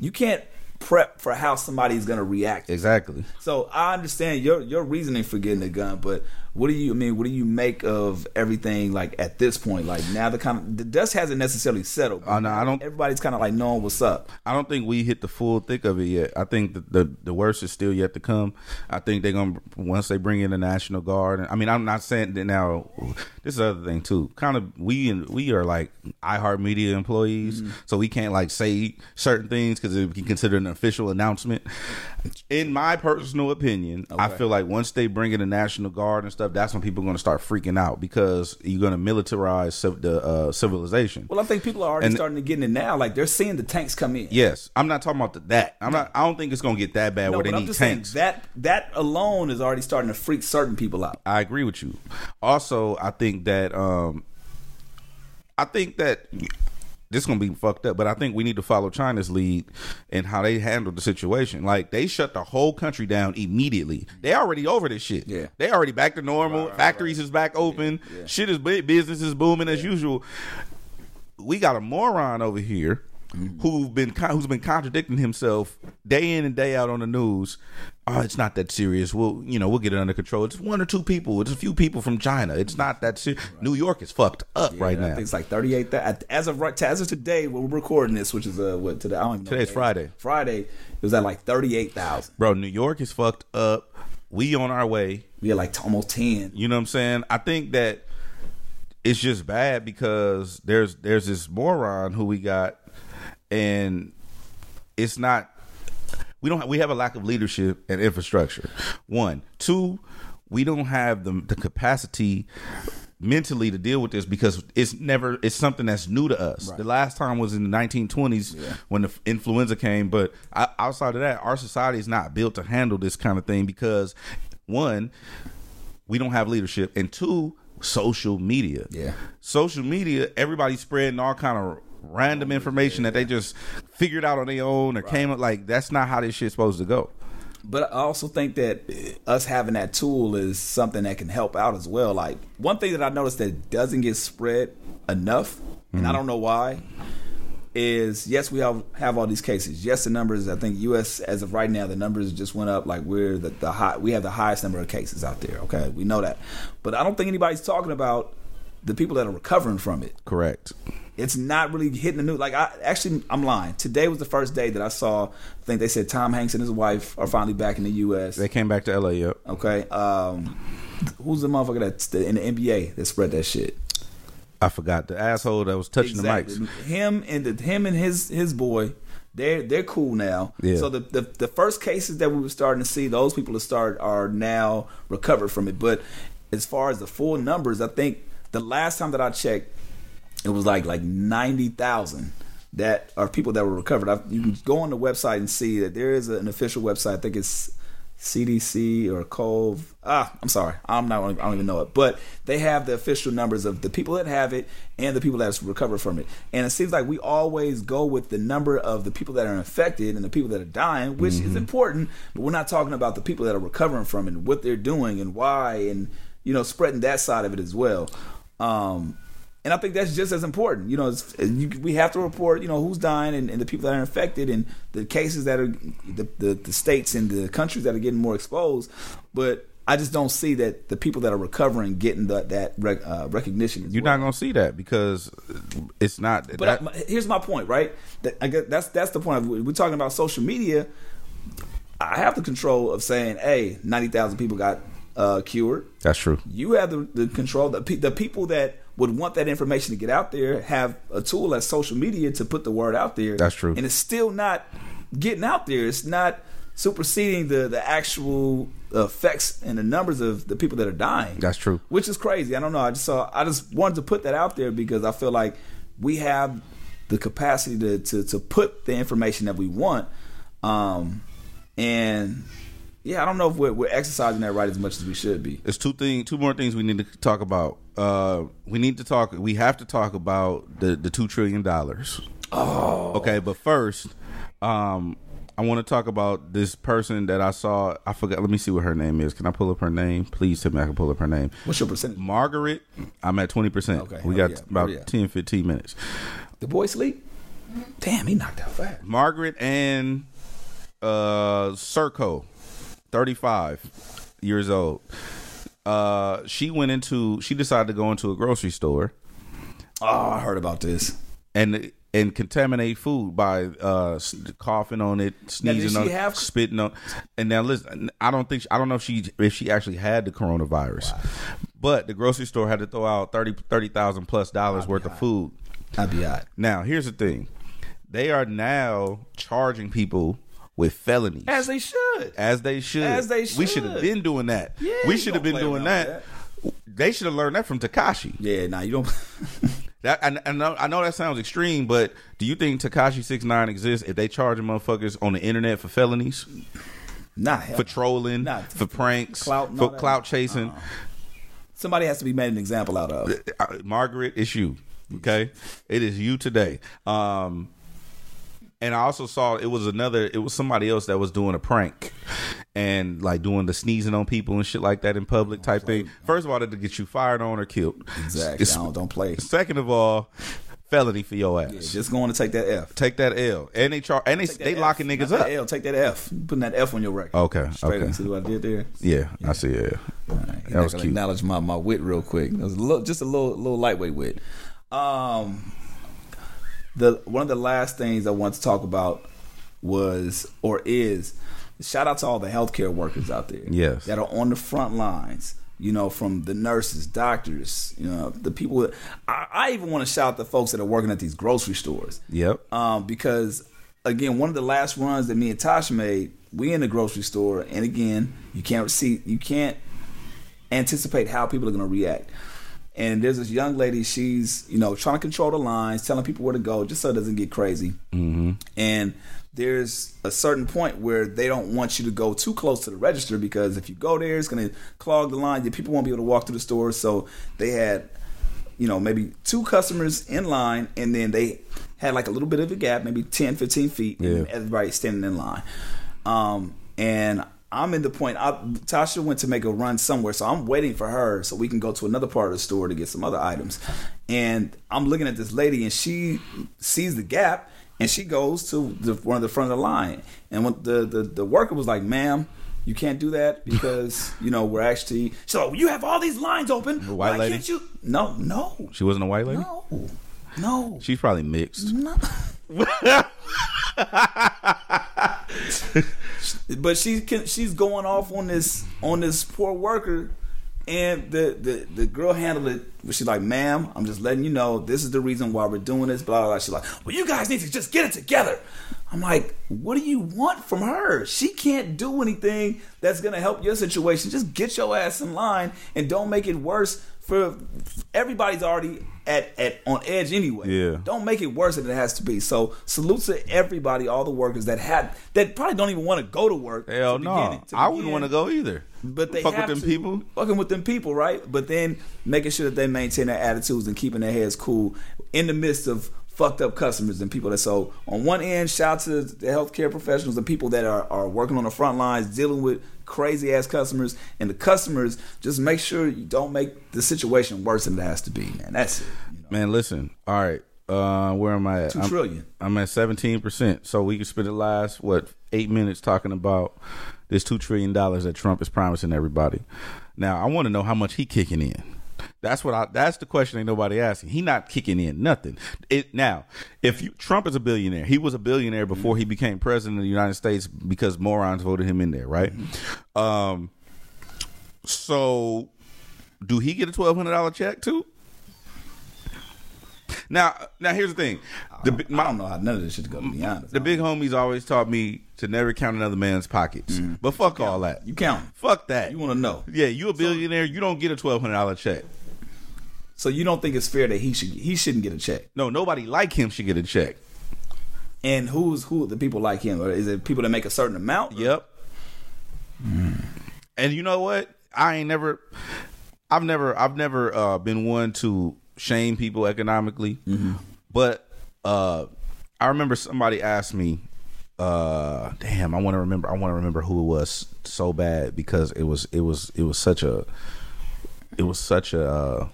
Speaker 1: you can't prep for how somebody's gonna react
Speaker 2: Exactly.
Speaker 1: so I understand your your reasoning for getting the gun, but what do you I mean? What do you make of everything? Like at this point, like now the kind of the dust hasn't necessarily settled.
Speaker 2: Oh, no, I don't-
Speaker 1: Everybody's kind of like knowing what's up.
Speaker 2: I don't think we hit the full thick of it yet. I think the the, the worst is still yet to come. I think they're gonna once they bring in the National Guard. And, I mean, I'm not saying that now. This is the other thing too. Kind of we and we are like iHeartMedia employees, so we can't like say certain things because it can consider an official announcement. In my personal opinion, I
Speaker 1: Okay.
Speaker 2: feel like once they bring in the National Guard and stuff, that's when people are gonna start freaking out because you're gonna militarize civ- the uh, civilization.
Speaker 1: Well, I think people are already
Speaker 2: And-
Speaker 1: starting to get in it now. Like they're seeing the tanks come in.
Speaker 2: Yes, I'm not talking about the, that. I'm not. I don't think it's gonna get that bad
Speaker 1: No,
Speaker 2: where they
Speaker 1: but I'm
Speaker 2: need
Speaker 1: just
Speaker 2: tanks.
Speaker 1: saying that that alone is already starting to freak certain people out.
Speaker 2: I agree with you. Also, I think that um, I think that this is gonna be fucked up, but I think we need to follow China's lead and how they handled the situation. Like they shut the whole country down immediately. They already over this shit.
Speaker 1: Yeah.
Speaker 2: they already back to normal. Factories is back open. Shit is big. Business is booming as usual. We got a moron over here.
Speaker 1: Mm-hmm.
Speaker 2: Who've been con- who's been contradicting himself day in and day out on the news? Oh, it's not that serious. We'll you know we'll get it under control. It's one or two people. It's a few people from China. It's not that serious. New York is fucked up right
Speaker 1: And I
Speaker 2: now.
Speaker 1: think it's like 38. That as of right as of today, when we're recording this, which is uh what today? I don't even know
Speaker 2: Today's
Speaker 1: what day it is.
Speaker 2: Friday.
Speaker 1: Friday it was at like 38,000.
Speaker 2: bro new york is fucked up we on our way
Speaker 1: We had like almost 10.
Speaker 2: you know what i'm saying i think that it's just bad because there's there's this moron who we got, and it's not. We don't. Have, we have a lack of leadership and infrastructure. One, two. We don't have the the capacity mentally to deal with this because it's never it's something that's new to us. The last time was in the 1920s when the influenza came, but o- outside of that, our society is not built to handle this kind of thing because one, we don't have leadership, and two, social media.
Speaker 1: Yeah.
Speaker 2: social media. Everybody's spreading all kind of random information that they just figured out on their own or came up like that's not how this shit's supposed to go.
Speaker 1: But I also think that us having that tool is something that can help out as well. Like one thing that I noticed that doesn't get spread enough, and I don't know why, is yes, we all have all these cases. Yes, the numbers. I think U.S. as of right now, the numbers just went up. Like we're the, the high, we have the highest number of cases out there. Okay, we know that, but I don't think anybody's talking about the people that are recovering from it
Speaker 2: Correct.
Speaker 1: it's not really hitting the news. Like I actually, I'm lying. Today was the first day that I saw. I think they said Tom Hanks and his wife are finally back in the U.S.
Speaker 2: They came back to LA. Yep.
Speaker 1: Okay, um, who's the motherfucker that's the, in the NBA that spread that shit?
Speaker 2: I forgot the asshole that was touching the mics.
Speaker 1: Him and the him and his his boy, they're they're cool now.
Speaker 2: Yeah.
Speaker 1: So the, the the first cases that we were starting to see, those people to start are now recovered from it. But as far as the full numbers, I think the last time that I checked, it was like like ninety thousand that are people that were recovered. I, you can go on the website and see that there is an official website. I think it's CDC or Cove. Ah, I'm sorry, I'm not. I don't even know it, but they have the official numbers of the people that have it and the people that's recovered from it. And it seems like we always go with the number of the people that are infected and the people that are dying, which is important, but we're not talking about the people that are recovering from it and what they're doing and why and you know spreading that side of it as well. Um, and I think that's just as important. You know, it's, you, we have to report, you know, who's dying and, and the people that are infected and the cases that are the, the, the states and the countries that are getting more exposed. But I just don't see that the people that are recovering getting the, that rec, uh, recognition. as
Speaker 2: You're
Speaker 1: well.
Speaker 2: not gonna see that because it's not.
Speaker 1: But
Speaker 2: that-
Speaker 1: I, my- here's my point, right? That, I guess that's that's the point. Of, we're talking about social media. I have the control of saying, "Hey, ninety thousand people got uh, cured."
Speaker 2: that's true.
Speaker 1: you have the, the control the, pe- the people that would want that information to get out there have a tool as social media to put the word out there
Speaker 2: That's true.
Speaker 1: and it's still not getting out there it's not superseding the, the actual effects and the numbers of the people that are dying
Speaker 2: That's true.
Speaker 1: which is crazy i don't know i just saw i just wanted to put that out there because i feel like we have the capacity to to, to put the information that we want um and yeah, I don't know if we're, we're exercising that right as much as we should be.
Speaker 2: There's two thing, two more things we need to talk about. Uh, we need to talk. We have to talk about the the two trillion dollars. Oh. Okay, but first, um, I want to talk about this person that I saw. I forgot. Let me see what her name is. Can I pull up her name? Please tell me I can pull up her name.
Speaker 1: What's your percentage?
Speaker 2: Margaret, I'm at 20%.
Speaker 1: Okay,
Speaker 2: we
Speaker 1: hurry
Speaker 2: got
Speaker 1: up,
Speaker 2: about
Speaker 1: hurry up.
Speaker 2: 10, 15 minutes.
Speaker 1: The boy sleep? Damn, he knocked out fast.
Speaker 2: Margaret and uh Circo, 35 years old. Uh she went into she decided to go into a grocery store
Speaker 1: Oh, I heard about this.
Speaker 2: and and contaminate food by uh s- coughing on it, sneezing
Speaker 1: she
Speaker 2: on it,
Speaker 1: have-
Speaker 2: spitting on. And now listen, I don't think she, I don't know if she if she actually had the coronavirus. But the grocery store had to throw out 30 30,000 plus dollars worth of food.
Speaker 1: I'd be out.
Speaker 2: Now, here's the thing. They are now charging people with felonies.
Speaker 1: As they should.
Speaker 2: As they should.
Speaker 1: As they
Speaker 2: We should have
Speaker 1: should.
Speaker 2: been doing that.
Speaker 1: Yeah,
Speaker 2: we
Speaker 1: you
Speaker 2: should have
Speaker 1: don't
Speaker 2: been
Speaker 1: play
Speaker 2: doing
Speaker 1: around
Speaker 2: that. They should have learned that from Takashi.
Speaker 1: Yeah, nah, you don't.
Speaker 2: That I, I know I know that sounds extreme, but do you think Takashi 69 exists if they charging motherfuckers on the internet for felonies?
Speaker 1: nah, hell.
Speaker 2: For trolling,
Speaker 1: Nah,
Speaker 2: for pranks,
Speaker 1: clout and all
Speaker 2: for
Speaker 1: that. Uh-uh.
Speaker 2: clout chasing.
Speaker 1: somebody has to be made an example out of.
Speaker 2: Uh, Margaret, it's you. Okay, it is you today. Um, and I also saw it was another. It was somebody else that was doing a prank, and like doing the sneezing on people and shit like that in public type thing. First of all, that'll get you fired on or killed.
Speaker 1: Exactly.
Speaker 2: It's-
Speaker 1: I don't, don't play.
Speaker 2: second of all, felony for your ass.
Speaker 1: It's just going to take that F.
Speaker 2: Take that L. And they char- and they
Speaker 1: Take that
Speaker 2: they
Speaker 1: F.
Speaker 2: locking
Speaker 1: Not
Speaker 2: niggas
Speaker 1: that
Speaker 2: up.
Speaker 1: L, take that F. You Putting that F on your record.
Speaker 2: Okay,
Speaker 1: Straight
Speaker 2: okay.
Speaker 1: up. See what I did there?
Speaker 2: Yeah, I see. Yeah, that was cute.
Speaker 1: Acknowledge my, my wit real quick. That was a little, just a little little lightweight wit. Um, the one of the last things I want to talk about was or is shout out to all the healthcare workers out there.
Speaker 2: Yes.
Speaker 1: that are on the front lines you know, from the nurses, doctors, you know, the people. That, I, I even want to shout out the folks that are working at these grocery stores.
Speaker 2: Yep.
Speaker 1: Um, because again, one of the last runs that me and Tasha made, we in the grocery store, and again, you can't see, you can't anticipate how people are going to react. And there's this young lady, she's you know trying to control the lines, telling people where to go, just so it doesn't get crazy. Mm-hmm. And there's a certain point where they don't want you to go too close to the register because if you go there, it's going to clog the line. Your people won't be able to walk through the store. So they had, you know, maybe two customers in line, and then they had like a little bit of a gap, maybe 10, 15 feet, and
Speaker 2: Yeah.
Speaker 1: everybody standing in line. Um, and I'm in the point. I, Tasha went to make a run somewhere, so I'm waiting for her so we can go to another part of the store to get some other items. And I'm looking at this lady, and she sees the gap, and she goes to the, one of the front of the line. And when the, the the worker was like, "Ma'am." You can't do that because you know we're actually. So you have all these lines open.
Speaker 2: white
Speaker 1: Why
Speaker 2: lady?
Speaker 1: can't you? No, no,
Speaker 2: She wasn't a white lady.
Speaker 1: no, no.
Speaker 2: She's probably mixed.
Speaker 1: No. but she can, she's going off on this on this poor worker, and the, the the girl handled it. She's like, "Ma'am, I'm just letting you know this is the reason why we're doing this." Blah blah. blah. She's like, "Well, you guys need to just get it together." I'm like, "What do you want from her? She can't do anything that's gonna help your situation. Just get your ass in line and don't make it worse." For everybody's already at, at on edge anyway.
Speaker 2: Yeah.
Speaker 1: Don't make it worse than it has to be. So salute to everybody, all the workers that had that probably don't even want to go to work.
Speaker 2: Hell
Speaker 1: to
Speaker 2: no.
Speaker 1: begin-
Speaker 2: I wouldn't
Speaker 1: begin,
Speaker 2: want to go either.
Speaker 1: But they
Speaker 2: fuck
Speaker 1: have
Speaker 2: with them
Speaker 1: to.
Speaker 2: people.
Speaker 1: Fucking with them people, right? But then making sure that they maintain their attitudes and keeping their heads cool in the midst of fucked up customers and people that so on one end shout to the healthcare professionals and people that are, are working on the front lines dealing with crazy ass customers and the customers just make sure you don't make the situation worse than it has to be man that's it you know?
Speaker 2: Man, listen. All right. Uh, where am I at?
Speaker 1: Two
Speaker 2: I'm,
Speaker 1: trillion.
Speaker 2: I'm at seventeen percent. So we can spend the last what eight minutes talking about this two trillion dollars that Trump is promising everybody. Now I want to know how much he kicking in. That's what I. That's the question. Ain't nobody asking. He not kicking in nothing. It now. If you, Trump is a billionaire, he was a billionaire before he became president of the United States because morons voted him in there, right? Um. So, do he get a twelve hundred dollar check too? Now, now here's the thing. The, bi-
Speaker 1: I don't know how none of this shit's gonna be honest
Speaker 2: the big homies always taught me to never count another man's pockets. But fuck all that.
Speaker 1: you count
Speaker 2: Fuck that.
Speaker 1: You want to know.
Speaker 2: yeah, you a billionaire. You don't get a twelve hundred dollar check.
Speaker 1: So you don't think it's fair that he should he shouldn't get a check?
Speaker 2: No, nobody like him should get a check.
Speaker 1: And who's who are the people like him? Or is it people that make a certain amount?
Speaker 2: Yep. Mm. And you know what? I ain't never. I've never. I've never uh, been one to shame people economically, but uh, I remember somebody asked me. Uh, damn, I want to remember. I want to remember who it was so bad because it was. It was. It was such a. It was such a. Uh,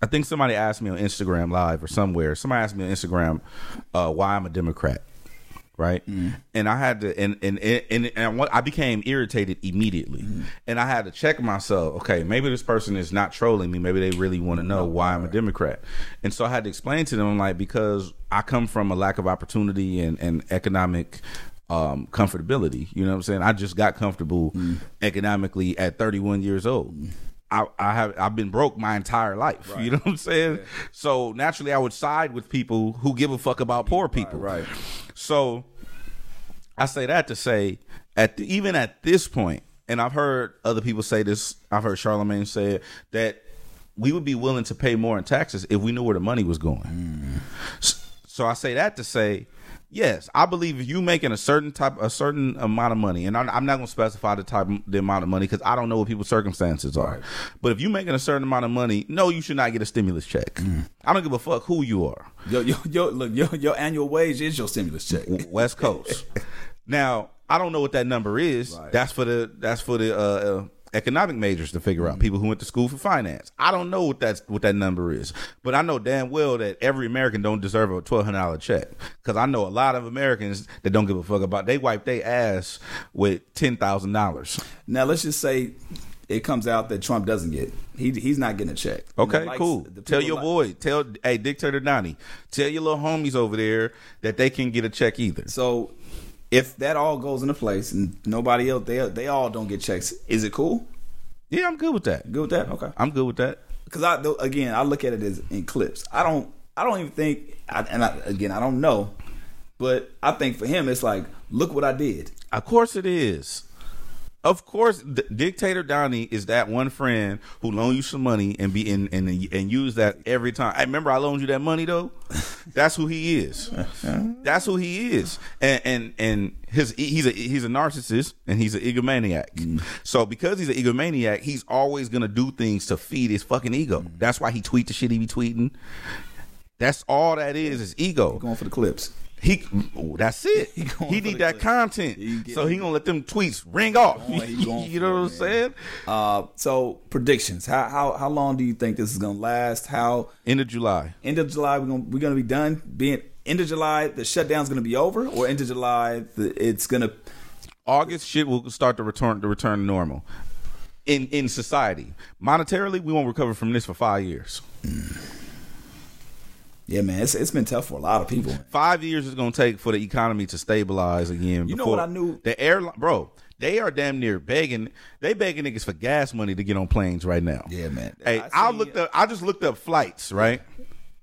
Speaker 2: I think somebody asked me on Instagram Live or somewhere. Somebody asked me on Instagram uh, why I'm a Democrat, right?
Speaker 1: Mm-hmm.
Speaker 2: And I had to, and and and, and, and what- I became irritated immediately,
Speaker 1: Mm-hmm.
Speaker 2: and I had to check myself. Okay, maybe this person is not trolling me. Maybe they really want to know why I'm a Democrat. And so I had to explain to them, like, because I come from a lack of opportunity and and economic. Um, comfortability, you know what I'm saying. I just got comfortable
Speaker 1: Mm-hmm.
Speaker 2: economically at 31 years old. I, I have I've been broke my entire life. You know what I'm saying? So naturally, I would side with people who give a fuck about poor people.
Speaker 1: right.
Speaker 2: So I say that to say at the, even at this point, and I've heard other people say this. I've heard Charlemagne say it, that we would be willing to pay more in taxes if we knew where the money was going. S- So I say that to say, yes, I believe if you making a certain type, a certain amount of money, and I'm I'm not going to specify the type, the amount of money because I don't know what people's circumstances are. But if you making a certain amount of money, no, you should not get a stimulus check. I don't give a fuck who you are.
Speaker 1: Yo, yo, yo, look, your your annual wage is your stimulus check.
Speaker 2: West Coast. now, I don't know what that number is. That's for the that's for the uh, uh, economic majors to figure
Speaker 1: Mm-hmm.
Speaker 2: out. People who went to school for finance. I don't know what that's what that number is, but I know damn well that every American don't deserve a twelve hundred dollar check because I know a lot of Americans that don't give a fuck about. They wipe their ass with ten thousand dollars.
Speaker 1: Now let's just say it comes out that Trump doesn't get. He he's not getting a check.
Speaker 2: Okay,
Speaker 1: The likes-
Speaker 2: cool.
Speaker 1: the
Speaker 2: Tell
Speaker 1: people
Speaker 2: your
Speaker 1: like-
Speaker 2: boy, tell hey dictator Donnie, tell your little homies over there that they can get a check either.
Speaker 1: So if that all goes into place and nobody else, they they all don't get checks. Is it cool?
Speaker 2: Yeah, I'm good with that.
Speaker 1: Good with that? Okay.
Speaker 2: I'm good with that.
Speaker 1: Because I though, again, I look at it as in clips. I don't. I don't even think. I, and I, again, I don't know. But I think for him, it's like, look what I did.
Speaker 2: Of course it is. Of course, D- Dictator Donnie is that one friend who loan you some money and be and, and and use that every time. I remember I loaned you that money though. That's who he is. That's who he is. And and and his he's a he's a narcissist and he's an egomaniac. So because he's an egomaniac, he's always gonna do things to feed his fucking ego. That's why he tweet the shit he be tweeting. That's all that is is ego.
Speaker 1: Going for the clips.
Speaker 2: He, oh, that's it. He,
Speaker 1: going for
Speaker 2: need
Speaker 1: the
Speaker 2: that
Speaker 1: clip.
Speaker 2: content,
Speaker 1: He get-
Speaker 2: so he gonna let them tweets ring off.
Speaker 1: going- he going
Speaker 2: you know what I'm
Speaker 1: for it, man.
Speaker 2: saying?
Speaker 1: Uh, so predictions. How how how long do you think this is gonna last? How
Speaker 2: End of July.
Speaker 1: end of July we're gonna we're gonna be done? Being end of July, the shutdown's gonna be over, or end of July, the, it's gonna
Speaker 2: August shit will start to return to return to normal in in society. Monetarily, we won't recover from this for five years.
Speaker 1: yeah, man. It's it's been tough for a lot of people.
Speaker 2: Five years is gonna take for the economy to stabilize again.
Speaker 1: You know
Speaker 2: before-
Speaker 1: what I knew-
Speaker 2: The airline, bro. They are damn near begging. They begging niggas for gas money to get on planes right now.
Speaker 1: Yeah, man.
Speaker 2: Hey,
Speaker 1: I
Speaker 2: I,
Speaker 1: seen-
Speaker 2: looked up. I just looked up flights. Right.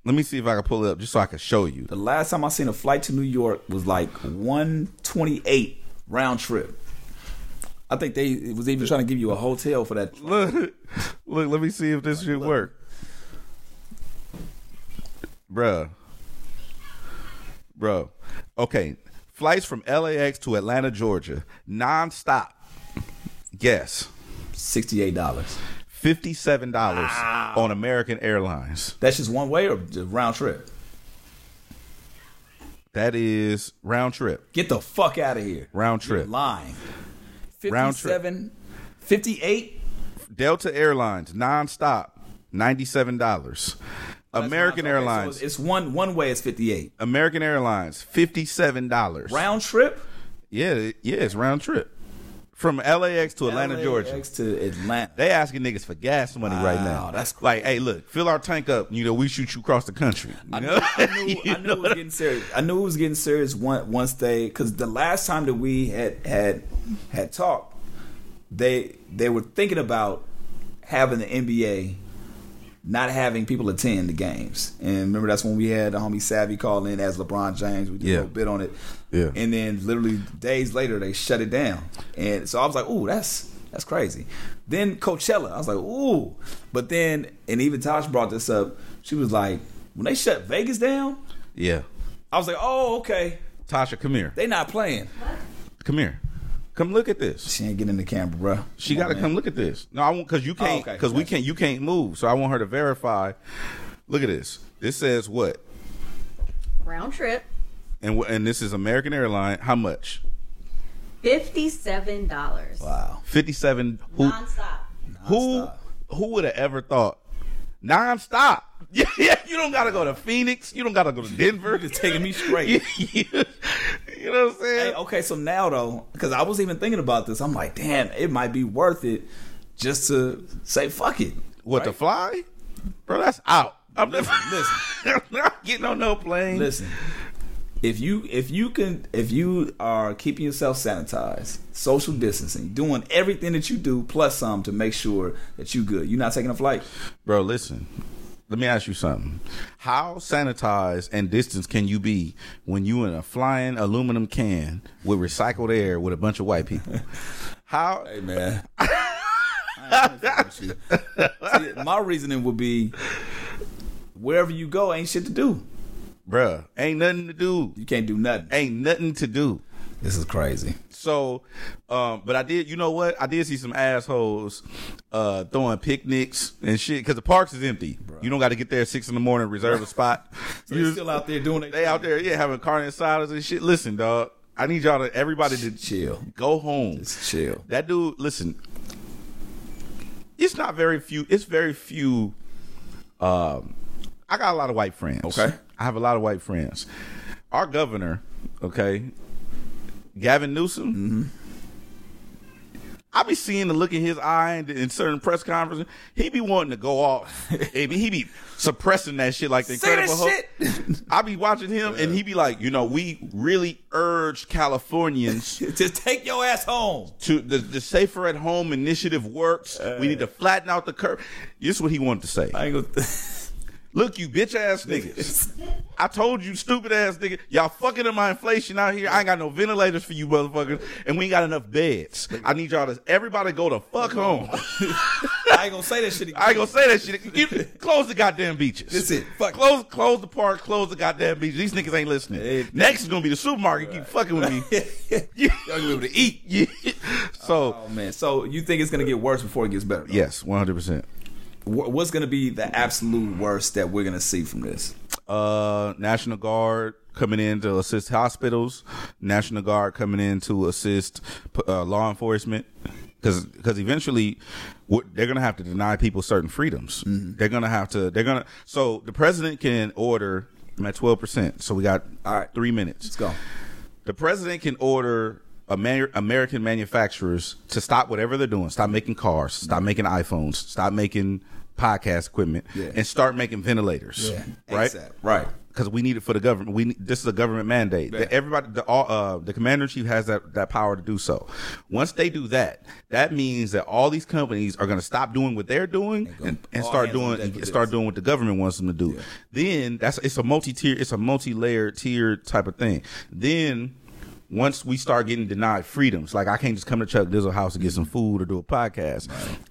Speaker 2: Let me see if I can pull it up just so I can show you.
Speaker 1: The last time I seen a flight to New York was like one twenty eight round trip. I think they was even trying to give you a hotel for that.
Speaker 2: look, look, let me see if this shit work. Bruh. Bruh. Okay. Flights from LAX to Atlanta, Georgia, nonstop. Yes.
Speaker 1: Sixty eight dollars.
Speaker 2: $57 on American Airlines.
Speaker 1: That's just one way or just round trip.
Speaker 2: That is round trip.
Speaker 1: Get the fuck out of here.
Speaker 2: Round
Speaker 1: You're
Speaker 2: trip.
Speaker 1: lying.
Speaker 2: Round trip.
Speaker 1: 57, 58.
Speaker 2: Delta Airlines, nonstop, $97.
Speaker 1: Okay,
Speaker 2: American
Speaker 1: so
Speaker 2: Airlines,
Speaker 1: it's, it's one one way is 58.
Speaker 2: American Airlines, $57.
Speaker 1: Round trip?
Speaker 2: Yeah, it- yeah, it's round trip from LAX to Atlanta,
Speaker 1: LAX
Speaker 2: Georgia.
Speaker 1: to Atlanta.
Speaker 2: They asking niggas for gas money right now.
Speaker 1: Wow, that's crazy.
Speaker 2: like, hey, look, fill our tank up. You know, we shoot you across the country.
Speaker 1: I
Speaker 2: You
Speaker 1: knew,
Speaker 2: know?
Speaker 1: I knew, I knew it was getting serious. I knew it was getting serious once, once they, because the last time that we had had had talked, they they were thinking about having the NBA not having people attend the games. And remember, that's when we had the homie Savvy call in as LeBron James. We did
Speaker 2: Yeah.
Speaker 1: a little bit on it.
Speaker 2: Yeah.
Speaker 1: And then literally days later, they shut it down. And so I was like, ooh, that's that's crazy. Then Coachella, I was like, ooh. But then, and even Tosh brought this up. She was like, when they shut Vegas down,
Speaker 2: yeah,
Speaker 1: I was like, oh, okay.
Speaker 2: Tasha, come here,
Speaker 1: They not playing.
Speaker 2: come here, come look at this.
Speaker 1: She ain't getting in the camera, bro.
Speaker 2: She got to come look at this. No, I won't because you can't
Speaker 1: okay,
Speaker 2: because we
Speaker 1: gotcha.
Speaker 2: can't you can't move. So I want her to verify. Look at this. This says what,
Speaker 3: Round trip,
Speaker 2: and wh- and this is American Airline. How much?
Speaker 3: fifty-seven dollars.
Speaker 1: Wow.
Speaker 2: Fifty seven. Who
Speaker 3: Nonstop.
Speaker 2: Who who would have ever thought nonstop? Yeah, yeah, you don't gotta go to Phoenix. You don't gotta go to Denver.
Speaker 1: It's taking me straight.
Speaker 2: you, you know what I'm saying?
Speaker 1: Hey, oh, okay, so now though, because I was even thinking about this, I'm like, damn, it might be worth it just to say fuck it.
Speaker 2: what the
Speaker 1: right?
Speaker 2: fly, bro? That's out. I'm listen,
Speaker 1: listen.
Speaker 2: I'm not getting on no plane.
Speaker 1: Listen, if you if you can if you are keeping yourself sanitized, social distancing, doing everything that you do plus some to make sure that you good, you're not taking a flight.
Speaker 2: bro. Listen. Let me ask you something. How sanitized and distanced can you be when you in a flying aluminum can with recycled air with a bunch of white people? How
Speaker 1: Hey man. I ain't playing with you. See, my reasoning would be wherever you go ain't shit to do.
Speaker 2: bruh, ain't nothing to do.
Speaker 1: You can't do nothing.
Speaker 2: Ain't nothing to do.
Speaker 1: This is crazy.
Speaker 2: So, um, but I did, you know what? I did see some assholes uh, throwing picnics and shit because the parks is empty. You don't got to get there at six in the morning, reserve a spot.
Speaker 1: So they're still out there doing it.
Speaker 2: they out there, yeah, having carne asadas and shit. Listen, dog, I need y'all to everybody to
Speaker 1: chill.
Speaker 2: go home.
Speaker 1: Just chill.
Speaker 2: That dude, listen, it's not very few. It's very few. Um, I got a lot of white friends.
Speaker 1: Okay.
Speaker 2: I have a lot of white friends. Our
Speaker 1: Mm-hmm.
Speaker 2: governor, okay, Gavin Newsom. I be seeing the look in his eye in, in certain press conferences. He be wanting to go off. he, be, he be suppressing that shit like the
Speaker 1: See this
Speaker 2: Incredible Hulk. I be watching him, and he be like, you know, we really urge Californians
Speaker 1: shit. Just take your ass home.
Speaker 2: to the, the safer at home initiative works. we need to flatten out the curve. This is what he wanted to say.
Speaker 1: Uh. I ain't gonna.
Speaker 2: Look, you bitch ass niggas. I told you, stupid ass nigga, y'all fucking up my inflation out here. I ain't got no ventilators for you motherfuckers, and we ain't got enough beds. I need y'all to everybody go to fuck home.
Speaker 1: I ain't gonna say that shit again.
Speaker 2: I ain't gonna say that shit. You- close the goddamn beaches.
Speaker 1: That's it. Fuck it.
Speaker 2: Close, close the park. Close the goddamn beach. These niggas ain't listening.
Speaker 1: Hey.
Speaker 2: Next is gonna be the supermarket. Keep fucking with me. Yeah.
Speaker 1: Y'all gonna be able to eat.
Speaker 2: Yeah. So
Speaker 1: Oh man, so you think it's gonna get worse before it gets better? though?
Speaker 2: yes, one hundred percent.
Speaker 1: Wh- What's gonna be the absolute worst that we're gonna see from this?
Speaker 2: uh National Guard coming in to assist hospitals, National Guard coming in to assist p- uh, law enforcement cuz cuz eventually what they're going to have to deny people certain freedoms. They're going to have to they're going to so the president can order I'm at 12%. So we got
Speaker 1: All right.
Speaker 2: 3 minutes.
Speaker 1: Let's go.
Speaker 2: The president can order Amer- American manufacturers to stop whatever they're doing. Stop making cars. Stop making iPhones. Stop making podcast equipment,
Speaker 1: Yeah.
Speaker 2: and start making ventilators. Right
Speaker 1: ASAP. Right.
Speaker 2: because we need it for the government. We need, this is a government mandate.
Speaker 1: Yeah.
Speaker 2: Everybody, the all, uh, the commander in chief has that that power to do so. Once they do that, that means that all these companies are going to stop doing what they're doing
Speaker 1: go
Speaker 2: and, and
Speaker 1: all
Speaker 2: start
Speaker 1: hands on
Speaker 2: doing
Speaker 1: deck with
Speaker 2: and start
Speaker 1: this.
Speaker 2: doing what the government wants them to do. Then that's it's a multi tier, it's a multi layered tier type of thing. Then. Once we start getting denied freedoms, like I can't just come to Chuck Dizzle house and get some food or do a podcast.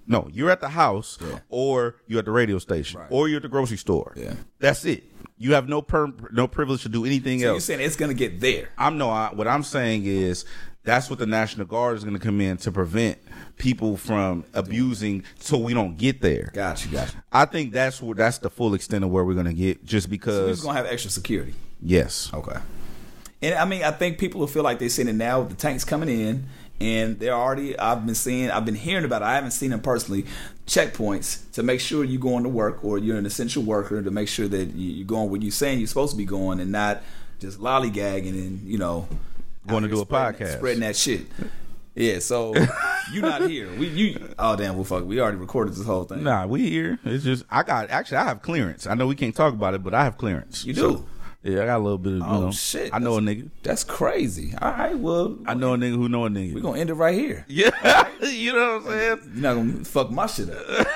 Speaker 2: No, you're at the house or you're at the radio station
Speaker 1: Right.
Speaker 2: or you're at the grocery store.
Speaker 1: Yeah.
Speaker 2: That's it. You have no per- no privilege to do anything
Speaker 1: So you're
Speaker 2: else.
Speaker 1: saying it's gonna get there?
Speaker 2: I'm no. I, what I'm saying is that's what the National Guard is going to come in to prevent people from abusing, so we don't get there.
Speaker 1: Gotcha, gotcha.
Speaker 2: I think that's where that's the full extent of where we're going to get, just
Speaker 1: We're
Speaker 2: because.
Speaker 1: just gonna have extra security.
Speaker 2: yes,
Speaker 1: Okay. And I mean, I think people will feel like they're seeing it now with the tanks coming in, and they're already. I've been seeing, I've been hearing about. it. I haven't seen them personally. Checkpoints to make sure you're going to work or you're an essential worker to make sure that you- you're going where you're saying you're supposed to be going and not just lollygagging and you know
Speaker 2: Going to
Speaker 1: out
Speaker 2: do
Speaker 1: here
Speaker 2: a
Speaker 1: spreading-
Speaker 2: podcast.
Speaker 1: spreading that shit. Yeah, so you not here. We you oh damn well fuck. We already recorded this whole thing.
Speaker 2: nah, we here. It's just I got actually I have clearance. I know we can't talk about it, but I have clearance.
Speaker 1: You do?
Speaker 2: yeah, I got a little bit of. You
Speaker 1: Oh,
Speaker 2: know,
Speaker 1: shit.
Speaker 2: I know a nigga.
Speaker 1: That's crazy. All right, well
Speaker 2: I know a nigga who know a
Speaker 1: we're
Speaker 2: nigga.
Speaker 1: gonna end it right here.
Speaker 2: Yeah, you know what I'm saying.
Speaker 1: You're not gonna fuck my shit up.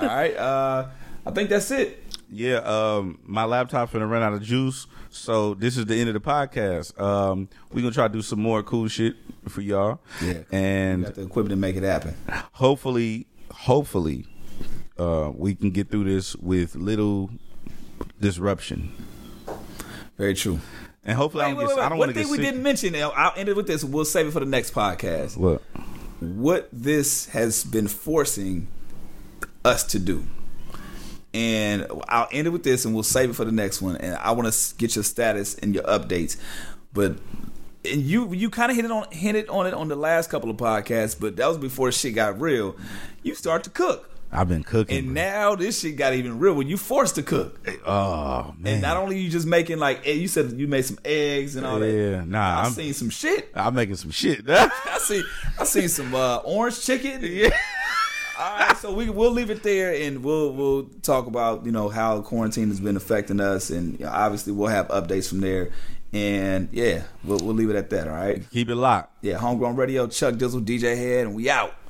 Speaker 1: All right. Uh, I think that's it.
Speaker 2: Yeah, um, my laptop finna run out of juice, so this is the end of the podcast. Um, we gonna try to do some more cool shit for y'all,
Speaker 1: Yeah. We got
Speaker 2: and
Speaker 1: the equipment to make it happen.
Speaker 2: hopefully, hopefully, uh, we can get through this with little disruption,
Speaker 1: Very true.
Speaker 2: and hopefully, I don't get, I
Speaker 1: One
Speaker 2: don't want to
Speaker 1: thing
Speaker 2: get
Speaker 1: we
Speaker 2: sick.
Speaker 1: didn't mention, and I'll end it with this. We'll save it for the next podcast.
Speaker 2: What?
Speaker 1: What this has been forcing us to do. And I'll end it with this, and we'll save it for the next one. And I want to get your status and your updates, but and you you kind of hit it on hinted on it on the last couple of podcasts, but that was before shit got real. You start to cook.
Speaker 2: I've been cooking.
Speaker 1: And
Speaker 2: bro.
Speaker 1: now this shit got even real when you forced to cook.
Speaker 2: oh man,
Speaker 1: And not only you just making like eh, you said you made some eggs and all that.
Speaker 2: yeah, nah,
Speaker 1: I
Speaker 2: I'm,
Speaker 1: seen some shit.
Speaker 2: I'm making some shit.
Speaker 1: I see I seen some uh, orange chicken. Yeah. All right, so we we'll leave it there, and we'll we'll talk about you know how quarantine has been affecting us, and you know, obviously we'll have updates from there, and yeah, we'll we'll leave it at that. All right,
Speaker 2: Keep it locked.
Speaker 1: yeah, homegrown radio, Chuck Dizzle, DJ Head, and we out.